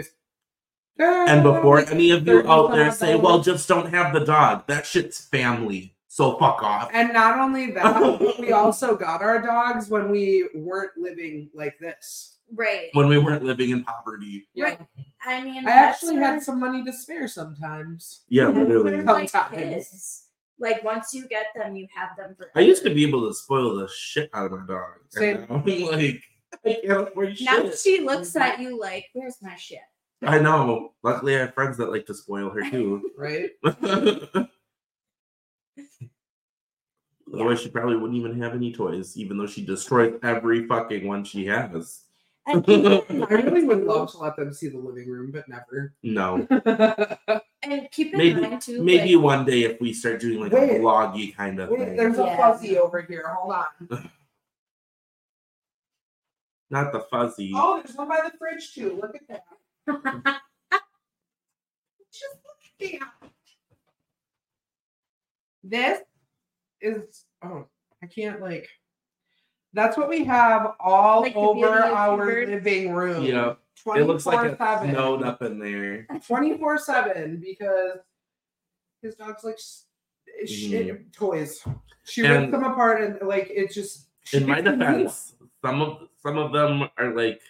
Speaker 3: And before any of you
Speaker 2: Thirty
Speaker 3: out there
Speaker 2: five
Speaker 3: say, well,
Speaker 2: Uh, dollars.
Speaker 3: just don't have the dog, that shit's family. So fuck off.
Speaker 2: And not only that, we also got our dogs when we weren't living like this.
Speaker 1: Right.
Speaker 3: When we weren't living in poverty.
Speaker 1: Right. I mean,
Speaker 2: I actually
Speaker 1: that's
Speaker 2: had
Speaker 1: where-
Speaker 2: some money to spare sometimes.
Speaker 3: Yeah,
Speaker 1: that's
Speaker 3: literally.
Speaker 1: where, like,
Speaker 2: Sometimes.
Speaker 1: kids, Like once you get them, you have them for.
Speaker 3: I used to be able to spoil the shit out of my dog.
Speaker 2: Same.
Speaker 3: And now I'm like, I can't afford shit.
Speaker 1: Now she looks at you like, "Where's my shit?"
Speaker 3: I know. Luckily, I have friends that like to spoil her too.
Speaker 2: Right?
Speaker 3: Otherwise, she probably wouldn't even have any toys, even though she destroys every fucking one she has.
Speaker 1: And keep in
Speaker 2: I really would
Speaker 1: mind,
Speaker 2: love
Speaker 1: too-
Speaker 2: to let them see the living room, but never.
Speaker 3: No.
Speaker 1: And keep in
Speaker 3: Maybe-
Speaker 1: mind too.
Speaker 3: Maybe
Speaker 1: like,
Speaker 3: one day if we start doing like a
Speaker 2: Wait.
Speaker 3: vloggy kind of
Speaker 2: Wait,
Speaker 3: thing.
Speaker 2: there's a
Speaker 1: Yeah.
Speaker 2: fuzzy over here. Hold on.
Speaker 3: Not the fuzzy.
Speaker 2: Oh, there's one by the fridge too. Look at that. Just look at that. This is oh, I can't like. That's what we have all
Speaker 1: Like the
Speaker 2: over
Speaker 1: beauty of
Speaker 2: our
Speaker 1: Hubert.
Speaker 2: living room.
Speaker 3: Yeah. It looks like it's snowed up in there.
Speaker 2: 24 7 because his dog's like s- shit toys. She ripped
Speaker 3: And-
Speaker 2: them apart Mm. and like it just. she
Speaker 3: In my
Speaker 2: picked them up.
Speaker 3: defense, some of some of them are like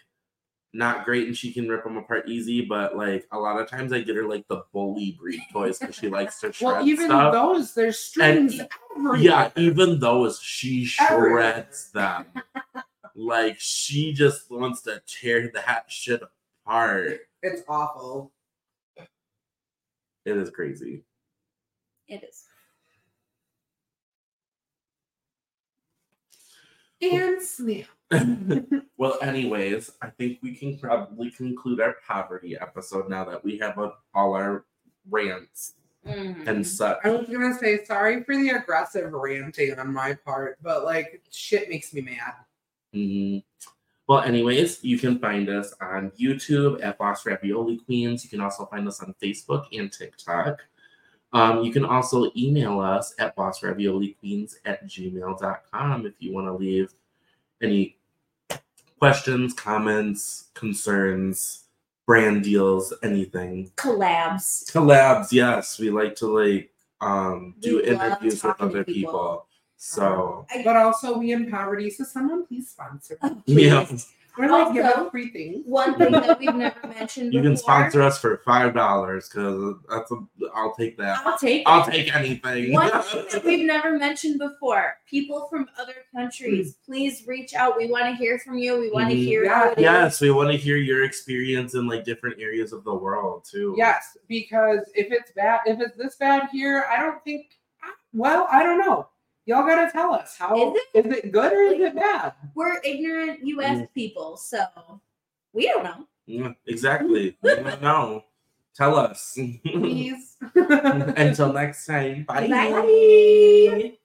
Speaker 3: not great, and she can rip them apart easy. But like a lot of times, I get her like the bully breed toys because she likes to shred
Speaker 2: Well, even
Speaker 3: stuff.
Speaker 2: those, there's strings everywhere.
Speaker 3: yeah, even those she
Speaker 2: Everywhere.
Speaker 3: shreds them. like she just wants to tear that shit apart.
Speaker 2: It's awful.
Speaker 3: It is crazy.
Speaker 1: it is. And
Speaker 2: snap.
Speaker 3: well, anyways, I think we can probably conclude our poverty episode now that we have uh, all our rants
Speaker 1: Mm.
Speaker 2: Mhm.
Speaker 3: and such.
Speaker 2: I was gonna say sorry for the aggressive ranting on my part, but like shit makes me mad.
Speaker 3: Mhm. Well, anyways, you can find us on YouTube at Boss Ravioli Queens. You can also find us on Facebook and TikTok. Um, you can also email us at bossravioliqueens at gmail.com if you want to leave any questions, comments, concerns, brand deals, anything.
Speaker 1: collabs.
Speaker 3: Collabs, yes. We like to like um, do
Speaker 1: We love
Speaker 3: interviews with
Speaker 1: talking to
Speaker 3: other people.
Speaker 1: people.
Speaker 3: So,
Speaker 2: But also we in poverty, so someone please sponsor. us.
Speaker 3: yeah.
Speaker 2: We're like giving
Speaker 1: Also-
Speaker 2: free things.
Speaker 1: One thing that we've never mentioned
Speaker 3: You
Speaker 1: before.
Speaker 3: can sponsor us for five dollars because that's a, I'll take that.
Speaker 1: I'll take.
Speaker 3: I'll
Speaker 1: it.
Speaker 3: take anything.
Speaker 1: One thing that we've never mentioned before: people from other countries,
Speaker 3: Hmm.
Speaker 1: please reach out. We want to hear from you. We want to
Speaker 3: Mhm.
Speaker 1: hear.
Speaker 2: Yeah.
Speaker 1: how it is.
Speaker 3: yes, we want to hear your experience in like different areas of the world too.
Speaker 2: Yes, because if it's bad, if it's this bad here, I don't think. Well, I don't know. Y'all gotta tell us how
Speaker 1: Is
Speaker 2: is it, is it good or is it bad?
Speaker 1: We're ignorant U.S.
Speaker 3: Mm.
Speaker 1: people, so we don't know.
Speaker 3: Yeah, Mm, exactly. We don't know. Tell us.
Speaker 2: Please.
Speaker 3: Until next time. Bye.
Speaker 1: Bye.